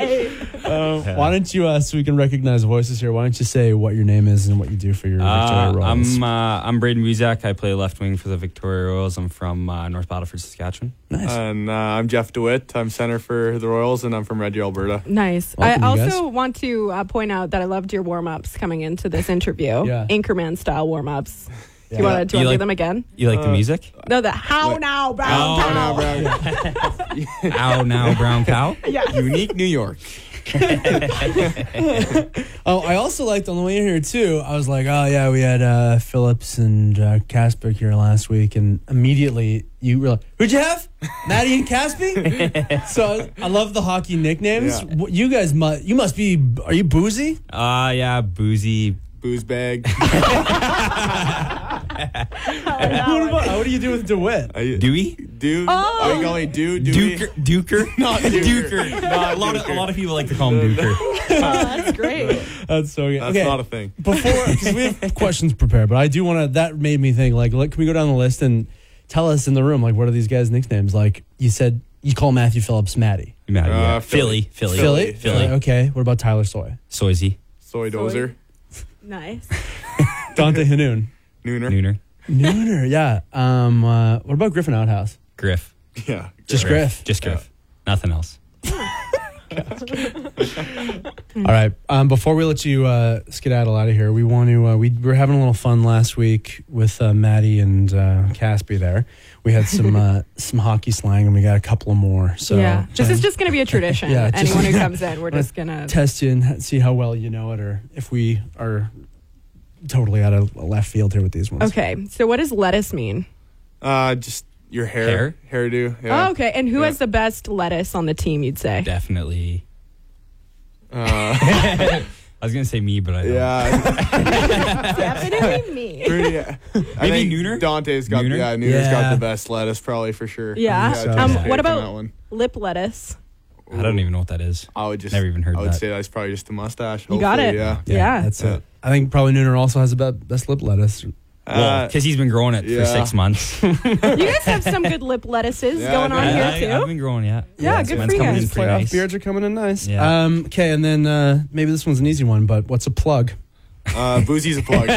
A: Why don't you, uh, so we can recognize voices here, why don't you say what your name is and what you do for your
G: Uh,
A: Victoria Royals?
G: I'm uh, I'm Braden Muzak. I play left wing for the Victoria Royals. I'm from uh, North Battleford, Saskatchewan.
A: nice.
H: And uh, I'm Jeff DeWitt. I'm center for the Royals, and I'm from Reggie, Alberta.
B: Nice.
A: Welcome,
B: I
A: you
B: also
A: guys.
B: want to uh, point out that I loved your warm ups coming into this interview.
A: Yeah.
B: Anchorman style warm ups. Do you
A: Yeah.
B: want to do, you wanna
G: You
B: do
G: like-
B: them again?
G: You like the music?
B: No, the how now, brown
G: How
B: cow.
G: now, Ow, now brown cow.
B: Yes.
G: Unique New York.
A: Oh, I also liked on the way in here too. I was like, oh yeah, we had uh, Phillips and uh, Casper here last week, and immediately you were like, who'd you have? Maddie and Caspi. so I love the hockey nicknames.
H: Yeah.
A: What- You guys must you must be are you boozy?
G: Uh yeah, boozy.
H: Booze bag.
A: what, about, what do you do with Dewitt?
H: I,
G: Dewey?
H: Dude.
B: Oh!
H: Are you going Dude? Dewey?
G: Duker. Duker? Not
H: Duker.
G: a lot of a lot of people like to call him Duker.
B: That's great.
A: That's so good.
H: That's
A: Okay.
H: not a thing.
A: before 'cause we have questions prepared, but I do want to. That made me think. Like, like, can we go down the list and tell us in the room, like, what are these guys' nicknames? Like, you said you call Matthew Phillips Maddie.
G: Maddie, yeah.
H: Uh,
G: Philly. Philly.
A: Philly,
G: Philly.
A: Uh, okay. What about Tyler Soy?
G: Soisy.
H: Soy dozer.
B: Nice.
A: Dante Hanoon.
H: Nooner.
G: Nooner.
A: Nooner, yeah. Um, uh, what about Griffin Outhouse?
G: Griff.
H: Yeah.
A: Just Griff.
G: Just Griff. Nothing else.
A: All right. Um, before we let you uh, skedaddle out of here, we want to. Uh, we were having a little fun last week with uh, Maddie and uh, Caspi. There, we had some uh, some hockey slang, and we got a couple of more. So
B: yeah. This
A: Jen,
B: is just going to be a tradition.
A: Yeah, just-
B: Anyone who comes in, we're just going to.
A: test you and ha- see how well you know it, or if we are totally out of left field here with these ones.
B: Okay. So, what does lettuce mean?
H: Uh, just your hair. Hairdo. Yeah.
B: Oh, okay. And who
H: Yeah.
B: has the best lettuce on the team, you'd say?
G: Definitely.
H: Uh,
G: I was gonna say me, but I don't.
H: yeah.
B: Definitely me.
H: Pretty, yeah. I
G: Maybe
H: think
G: Nooner?
H: Dante's got.
G: Nooner?
H: Yeah. Nooner's
A: Yeah.
H: got the best lettuce, probably for sure.
B: Yeah.
A: So-
H: just
A: Um,
H: straight from
B: what about-
H: that one?
B: Lip lettuce.
G: I don't even know what that is.
B: Uh,
H: I would just
G: Never even heard
H: I would
G: that.
H: say that's probably just the mustache.
B: You got
H: hopefully,
B: it.
H: Yeah.
B: Yeah.
A: that's
H: Yeah.
A: it. I think probably Nooner also has the be- best lip lettuce.
G: Well, because he's been growing it
H: yeah.
G: for six months.
B: You guys have some good lip lettuces
H: Yeah,
B: going
H: I
B: on
H: do.
B: here, too.
G: have been growing, yeah.
B: Yeah,
G: so
B: good
G: mine's
B: for you
G: coming
B: guys.
G: in pretty nice.
A: are coming in nice.
G: Yeah.
A: Um, okay, and then uh, maybe this one's an easy one, but what's a plug?
H: Uh, Boozy's a plug.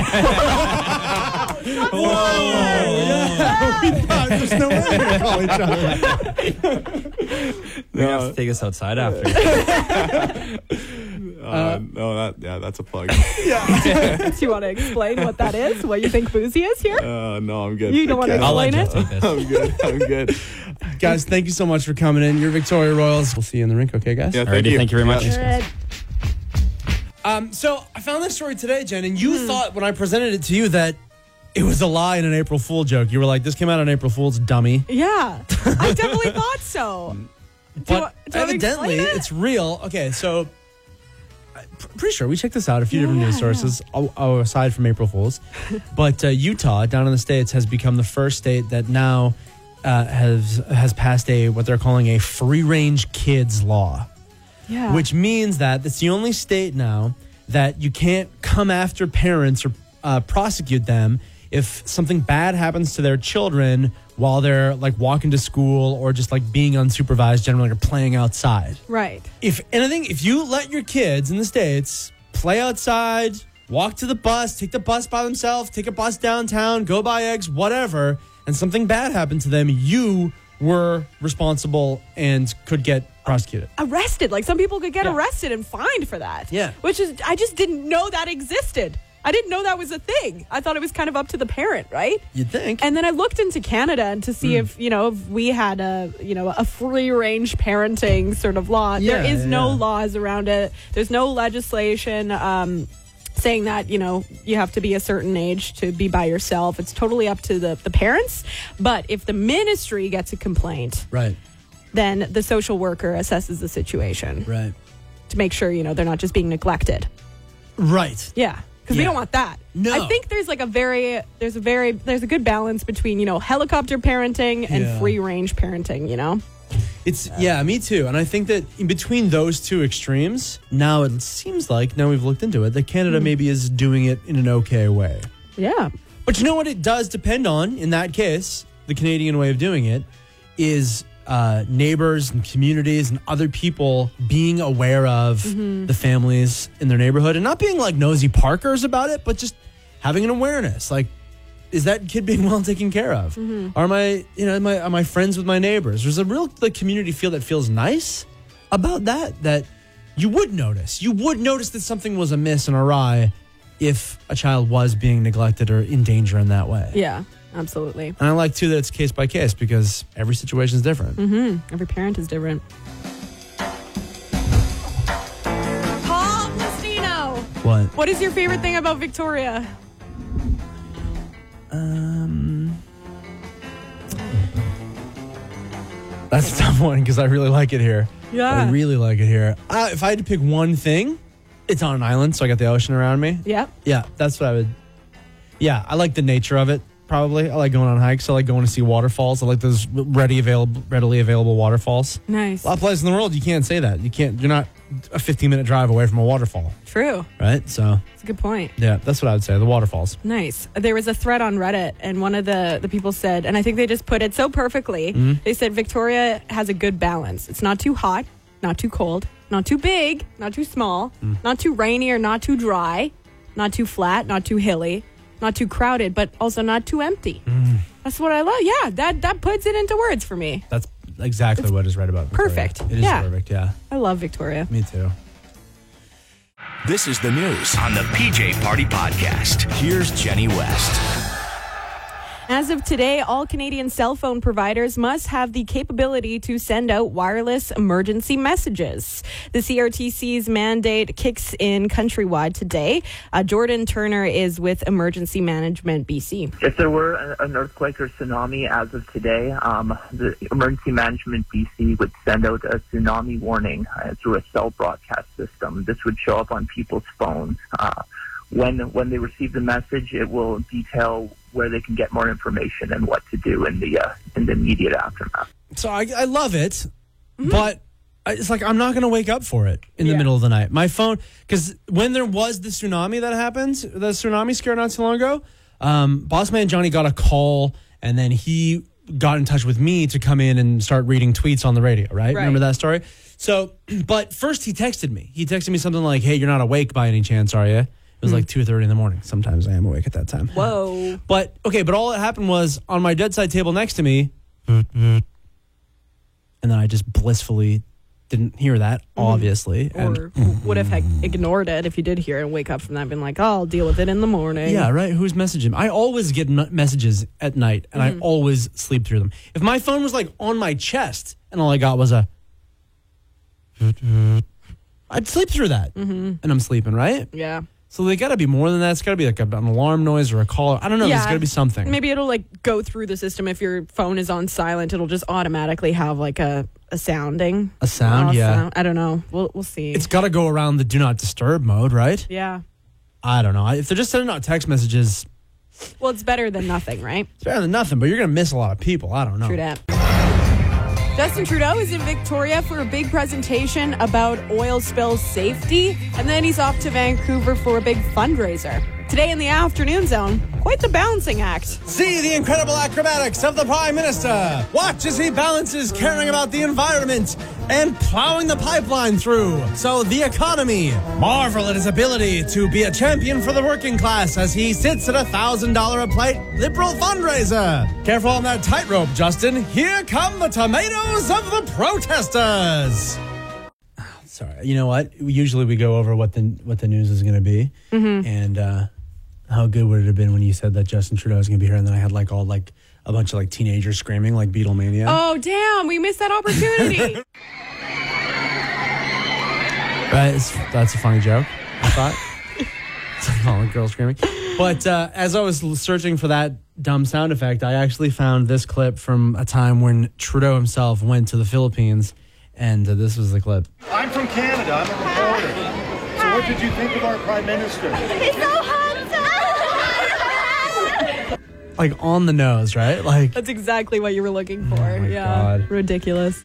A: There's no way we're gonna call each other.
G: We're gonna have to take us outside after.
H: Uh, no, that yeah, that's a plug. Uh,
B: Do you want to explain what that is? What you think boozy is here?
H: Uh, no, I'm good.
B: You don't want to
G: I'll let
B: explain
G: you
B: it?
G: take this.
H: I'm good. I'm good.
A: Guys, thank you so much for coming in. You're Victoria Royals. We'll see you in the rink, okay, guys?
H: Yeah, thank
G: Alrighty,
H: you.
G: thank you very much.
H: Yeah.
A: Um, so I found this story today, Jen, and you thought when I presented it to you that it was a lie and an April Fool joke. You were like, this came out on April Fool's dummy.
B: Yeah. I definitely thought so.
A: But
B: I- do I
A: evidently,
B: explain it?
A: it's real. Okay, so I'm pr- pretty sure we checked this out a few different news
B: yeah.
A: sources oh, oh, aside from April Fools. but uh, Utah, down in the states, has become the first state that now uh, has has passed a what they're calling a free range kids law,
B: Yeah.
A: which means that it's the only state now that you can't come after parents or uh, prosecute them if something bad happens to their children while they're like walking to school or just like being unsupervised generally or playing outside
B: right.
A: if anything, if you let your kids in the States play outside, walk to the bus, take the bus by themselves, take a bus downtown, go buy eggs, whatever, and something bad happened to them, you were responsible and could get prosecuted.
B: Arrested. Like some people could get arrested and fined for that.
A: Yeah.
B: Which is I just didn't know that existed. I didn't know that was a thing. I thought it was kind of up to the parent, right?
A: You'd think.
B: And then I looked into Canada and to see
A: Hmm.
B: if you know if we had a you know a free range parenting sort of law.
A: Yeah,
B: there is no
A: yeah.
B: laws around it. There's no legislation um, saying that you know you have to be a certain age to be by yourself. It's totally up to the the parents. But if the ministry gets a complaint,
A: right.
B: then the social worker assesses the situation
A: Right.
B: to make sure you know they're not just being neglected.
A: Right.
B: Yeah, because we
A: Yeah.
B: don't want that.
A: No.
B: I think there's like a very there's a very there's a good balance between you know helicopter parenting and
A: Yeah.
B: free range parenting. You know,
A: It's yeah, me too. And I think that in between those two extremes, now it seems like now we've looked into it that Canada maybe is doing it in an okay way.
B: yeah,
A: But you know what? It does depend on in that case the Canadian way of doing it is uh, neighbors and communities and other people being aware of the families in their neighborhood and not being like nosy Parkers about it, but just having an awareness like. Is that kid being well taken care of?
B: Mm-hmm.
A: Are my you know am I, am I friends with my neighbors? There's a real like community feel that feels nice about that that you would notice. You would notice that something was amiss and awry if a child was being neglected or in danger in that way.
B: yeah, absolutely.
A: And I like too that it's case by case because every situation is different.
B: Mm-hmm. Every parent is different. Paul Plastino,
A: What?
B: what is your favorite thing about Victoria?
A: That's a tough one because I really like it here.
B: Yeah.
A: I really like it here. Ah. Uh, if I had to pick one thing, it's on an island, so I got the ocean around me.
B: Yep.
A: Yeah, that's what I would. Yeah, I like the nature of it. Probably, I like going on hikes. I like going to see waterfalls. I like those ready available, readily available waterfalls.
B: Nice.
A: A lot of places in the world, you can't say that. You can't. You're not a 15 minute drive away from a waterfall,
B: True.
A: right? So
B: That's a good point.
A: Yeah, that's what I would say. The waterfalls.
B: Nice. There was a thread on Reddit, and one of the, the people said, and I think they just put it so perfectly.
A: Mm-hmm.
B: They said Victoria has a good balance. It's not too hot, not too cold, not too big, not too small,
A: Mm.
B: not too rainy or not too dry, not too flat, not too hilly, not too crowded, but also not too empty.
A: Mm.
B: That's what I love. Yeah, that, that puts it into words for me.
A: That's exactly what is right about Victoria.
B: perfect.
A: It is
B: Yeah.
A: perfect. Yeah,
B: I love Victoria.
A: me too.
I: This is the news on the PJ Party Podcast. Here's Jenny West.
B: As of today, all Canadian cell phone providers must have the capability to send out wireless emergency messages. The CRTC's mandate kicks in countrywide today. Uh, Jordan Turner is with Emergency Management BC.
J: If there were a- an earthquake or tsunami as of today, um, the Emergency Management BC would send out a tsunami warning uh, through a cell broadcast system. This would show up on people's phones. Uh, when when they receive the message, it will detail where they can get more information and what to do in the uh, in the immediate aftermath.
A: So I, I love it,
B: Mm-hmm.
A: but I- it's like I'm not going to wake up for it in the middle of the night. My phone, because when there was the tsunami that happened, the tsunami scare not so long ago, um, boss man Johnny got a call, and then he got in touch with me to come in and start reading tweets on the radio. Right? Remember that story? So, but first he texted me. He texted me something like, "Hey, you're not awake by any chance, are you?" It was like two thirty in the morning. Sometimes I am awake at that time.
B: Hmm. Whoa.
A: But okay, but all that happened was on my dead side table next to me, and then I just blissfully didn't hear that, obviously. and
B: Mm-hmm. Or would have ignored it if you did hear it and wake up from that and been like, oh, I'll deal with it in the morning.
A: yeah, right. Who's messaging? I always get n- messages at night, and
B: Mm-hmm.
A: I always sleep through them. If my phone was like on my chest, and all I got was a, I'd sleep through that,
B: Mm-hmm.
A: and I'm sleeping right.
B: Yeah.
A: So they got to be more than that. It's got to be like a, an alarm noise or a call. I don't know. There's
B: Yeah.
A: got to be something.
B: Maybe it'll like go through the system if your phone is on silent. It'll just automatically have like a, a sounding.
A: A sound,
B: Off
A: yeah.
B: I don't know. We'll we'll see.
A: it's got to go around the do not disturb mode, right?
B: yeah.
A: I don't know. If they're just sending out text messages,
B: Well, it's better than nothing, right?
A: it's better than nothing, but you're going to miss a lot of people. I don't know.
B: True that. Justin Trudeau is in Victoria for a big presentation about oil spill safety, and then he's off to Vancouver for a big fundraiser. Today in the afternoon zone, quite the balancing act.
A: See the incredible acrobatics of the Prime Minister. Watch as he balances caring about the environment and plowing the pipeline through. So the economy. Marvel at his ability to be a champion for the working class as he sits at a $1,000 a plate liberal fundraiser. Careful on that tightrope, Justin. Here come the tomatoes of the protesters. Sorry, you know what? Usually we go over what the what the news is going to be, and uh,
E: how good would it have been when you said that Justin Trudeau was going to be here, and then I had like all like a bunch of like teenagers screaming like Beatlemania.
B: Oh, damn. We missed that opportunity.
E: That's that's a funny joke. I thought. It's like all the girls screaming. But uh, as I was l- searching for that dumb sound effect, I actually found this clip from a time when Trudeau himself went to the Philippines, and uh, this was the clip.
I: I'm from Canada. I'm a reporter. So what did you think of our prime minister?
F: It's so hot.
E: Like on the nose, right? Like
B: That's exactly what you were looking
K: Oh
B: for. yeah. Ridiculous.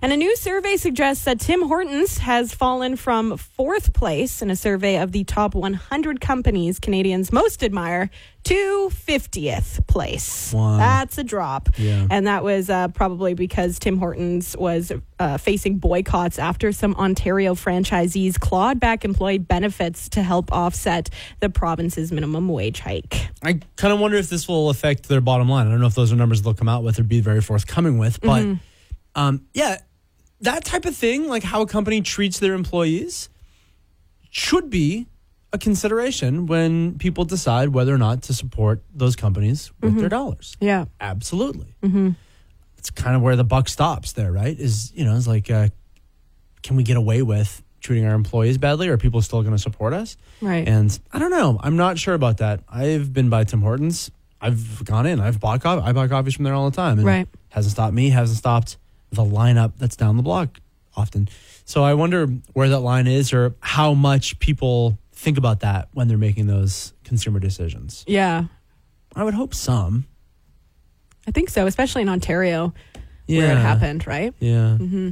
B: And a new survey suggests that Tim Hortons has fallen from fourth place in a survey of the top 100 companies Canadians most admire to 50th place.
K: Wow.
B: That's a drop.
K: Yeah.
B: And that was uh, probably because Tim Hortons was uh, facing boycotts after some Ontario franchisees clawed back employee benefits to help offset the province's minimum wage hike.
E: I kind of wonder if this will affect their bottom line. I don't know if those are numbers they'll come out with or be very forthcoming with, but
B: Mhm.
E: um, yeah, that type of thing, like how a company treats their employees, should be a consideration when people decide whether or not to support those companies with
B: Mhm.
E: their dollars.
B: Yeah.
E: Absolutely,
B: Mm-hmm.
E: it's kind of where the buck stops. There, right? Is you know, it's like, uh, can we get away with treating our employees badly? Are people still going to support us?
B: Right.
E: And I don't know. I'm not sure about that. I've been by Tim Hortons. I've gone in. I've bought coffee. I buy coffees from there all the time. And
B: Right.
E: Hasn't stopped me. Hasn't stopped the lineup that's down the block often. So I wonder where that line is or how much people think about that when they're making those consumer decisions.
B: Yeah.
E: I would hope some.
B: I think so, especially in Ontario where it
E: Yeah.
B: happened, right?
E: Yeah.
B: hmm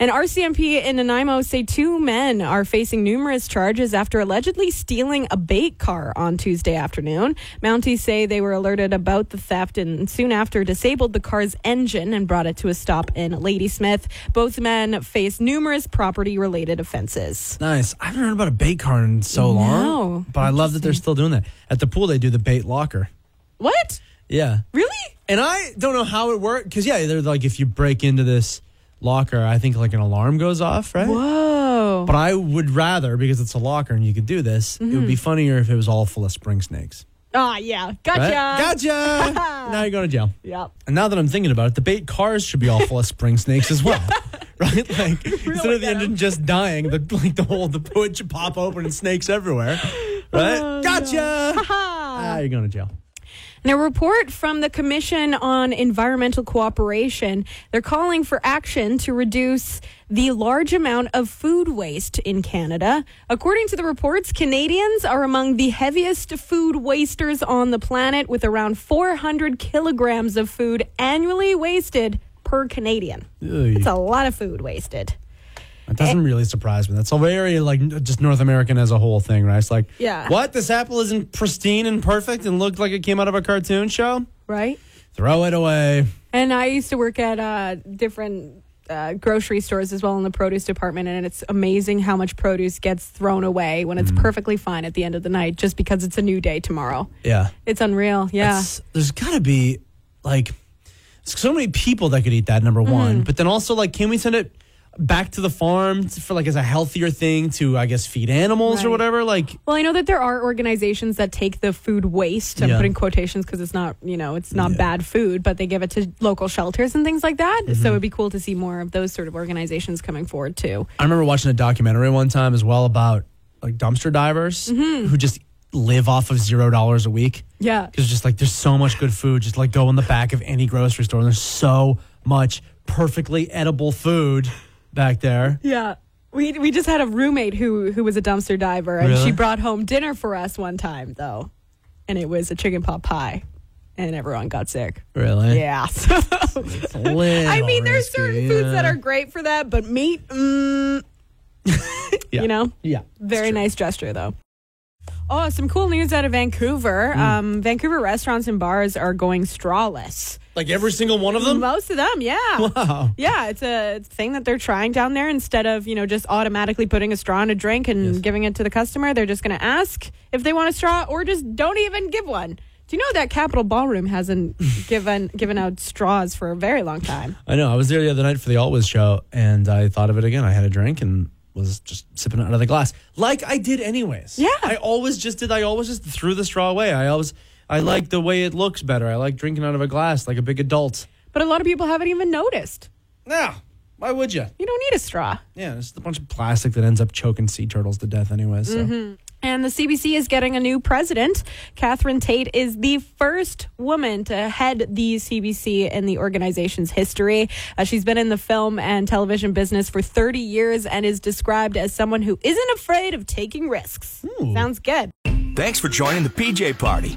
B: And RCMP in Nanaimo say two men are facing numerous charges after allegedly stealing a bait car on Tuesday afternoon. Mounties say they were alerted about the theft and soon after disabled the car's engine and brought it to a stop in Ladysmith. Both men face numerous property related offenses.
E: Nice. I haven't heard about a bait car in so long.
B: No.
E: But I love that they're still doing that. At the pool, they do the bait locker.
B: What?
E: Yeah.
B: Really?
E: And I don't know how it worked because yeah, they're like if you break into this locker, I think like an alarm goes off, right?
B: Whoa!
E: But I would rather because it's a locker and you could do this. It would be
B: Mhm.
E: funnier if it was all full of spring snakes.
B: Ah, yeah. Gotcha.
E: Right? Gotcha. now you go to jail.
B: Yep.
E: And now that I'm thinking about it, the bait cars should be all full of spring snakes as well. Right, like instead of the engine just dying, the like the whole the hood should pop open and snakes everywhere. Right? gotcha. Now you're going to jail.
B: In a report from the Commission on Environmental Cooperation, they're calling for action to reduce the large amount of food waste in Canada. According to the reports, Canadians are among the heaviest food wasters on the planet, with around 400 kilograms of food annually wasted per Canadian.
E: Oy.
B: It's a lot of food wasted.
E: That doesn't really surprise me. That's a very like n- just North American as a whole thing, right? It's like,
B: Yeah.
E: what? This apple isn't pristine and perfect and looked like it came out of a cartoon show.
B: Right?
E: Throw it away.
B: And I used to work at uh, different uh, grocery stores as well in the produce department, and it's amazing how much produce gets thrown away when it's
E: Mm.
B: perfectly fine at the end of the night just because it's a new day tomorrow.
E: Yeah,
B: It's unreal. Yeah.
E: That's- there's got to be like so many people that could eat that.
B: Mm-hmm.
E: Number one, but then also like, can we send it back to the farm t- for like as a healthier thing to I guess feed animals or
B: Right.
E: whatever? Like,
B: well, I know that there are organizations that take the food waste. I'm
E: Yeah.
B: putting quotations because it's not, you know, it's not bad food, but they give it to local shelters and things like that.
E: Mm-hmm.
B: So it'd be cool to see more of those sort of organizations coming forward too.
E: I remember watching a documentary one time as well about like dumpster divers
B: Mhm.
E: who just live off of zero dollars a week.
B: Yeah.
E: Because just like there's so much good food, just like go in the back of any grocery store, and there's so much perfectly edible food back there.
B: Yeah. We, we just had a roommate who who was a dumpster diver and
E: Really?
B: she brought home dinner for us one time though. And it was a chicken pot pie and everyone got sick.
E: Really?
B: Yeah. So I mean there's certain foods that are great for that, but meat mm, you know?
E: Yeah.
B: Very nice gesture, though. Oh, some cool news out of Vancouver.
E: Hmm.
B: Um, Vancouver restaurants and bars are going strawless.
E: Like every single one of them.
B: Most of them, yeah.
E: Wow.
B: Yeah, it's a it's a thing that they're trying down there. Instead of you know just automatically putting a straw in a drink and giving it to the customer, they're just going to ask if they want a straw or just don't even give one. Do you know that Capitol Ballroom hasn't given given out straws for a very long time?
E: I know. I was there the other night for the Always show, and I thought of it again. I had a drink, and was just sipping it out of the glass, like I did anyways. Yeah, I always just did. I always just threw the straw away. I always I like the way it looks better. I like drinking out of a glass like a big adult.
B: But a lot of people haven't even noticed.
E: No. Why would you?
B: You don't need a straw.
E: Yeah, it's just a bunch of plastic that ends up choking sea turtles to death anyways. So.
B: Mhm. And the CBC is getting a new president. Catherine Tate is the first woman to head the CBC in the organization's history. Uh, she's been in the film and television business for 30 years and is described as someone who isn't afraid of taking risks. Sounds good.
I: Thanks for joining the PJ Party.